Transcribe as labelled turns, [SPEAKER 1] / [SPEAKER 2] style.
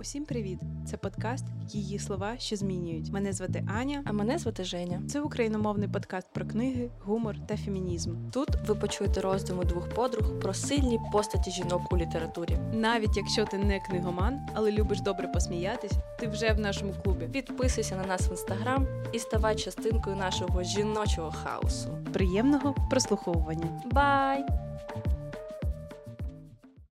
[SPEAKER 1] Усім привіт! Це подкаст Її слова, що змінюють. Мене звати Аня.
[SPEAKER 2] А мене звати Женя.
[SPEAKER 1] Це україномовний подкаст про книги, гумор та фемінізм.
[SPEAKER 2] Тут ви почуєте роздуми двох подруг про сильні постаті жінок у літературі.
[SPEAKER 1] Навіть якщо ти не книгоман, але любиш добре посміятись, ти вже в нашому клубі.
[SPEAKER 2] Підписуйся на нас в інстаграм і ставай частинкою нашого жіночого хаосу.
[SPEAKER 1] Приємного прослуховування!
[SPEAKER 2] Бай!